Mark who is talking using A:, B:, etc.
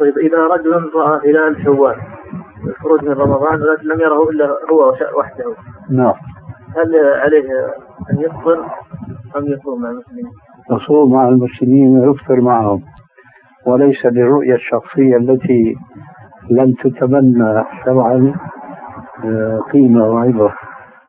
A: طيب إذا رجل رأى هلال شوال الخروج من رمضان ولكن لم يره إلا هو وش- وحده
B: نعم
A: هل عليه أن يفطر أم يصوم مع المسلمين؟
B: يصوم مع المسلمين ويفطر معهم وليس للرؤية الشخصية التي لم تتبنى شرعا آه، قيمة وعبرة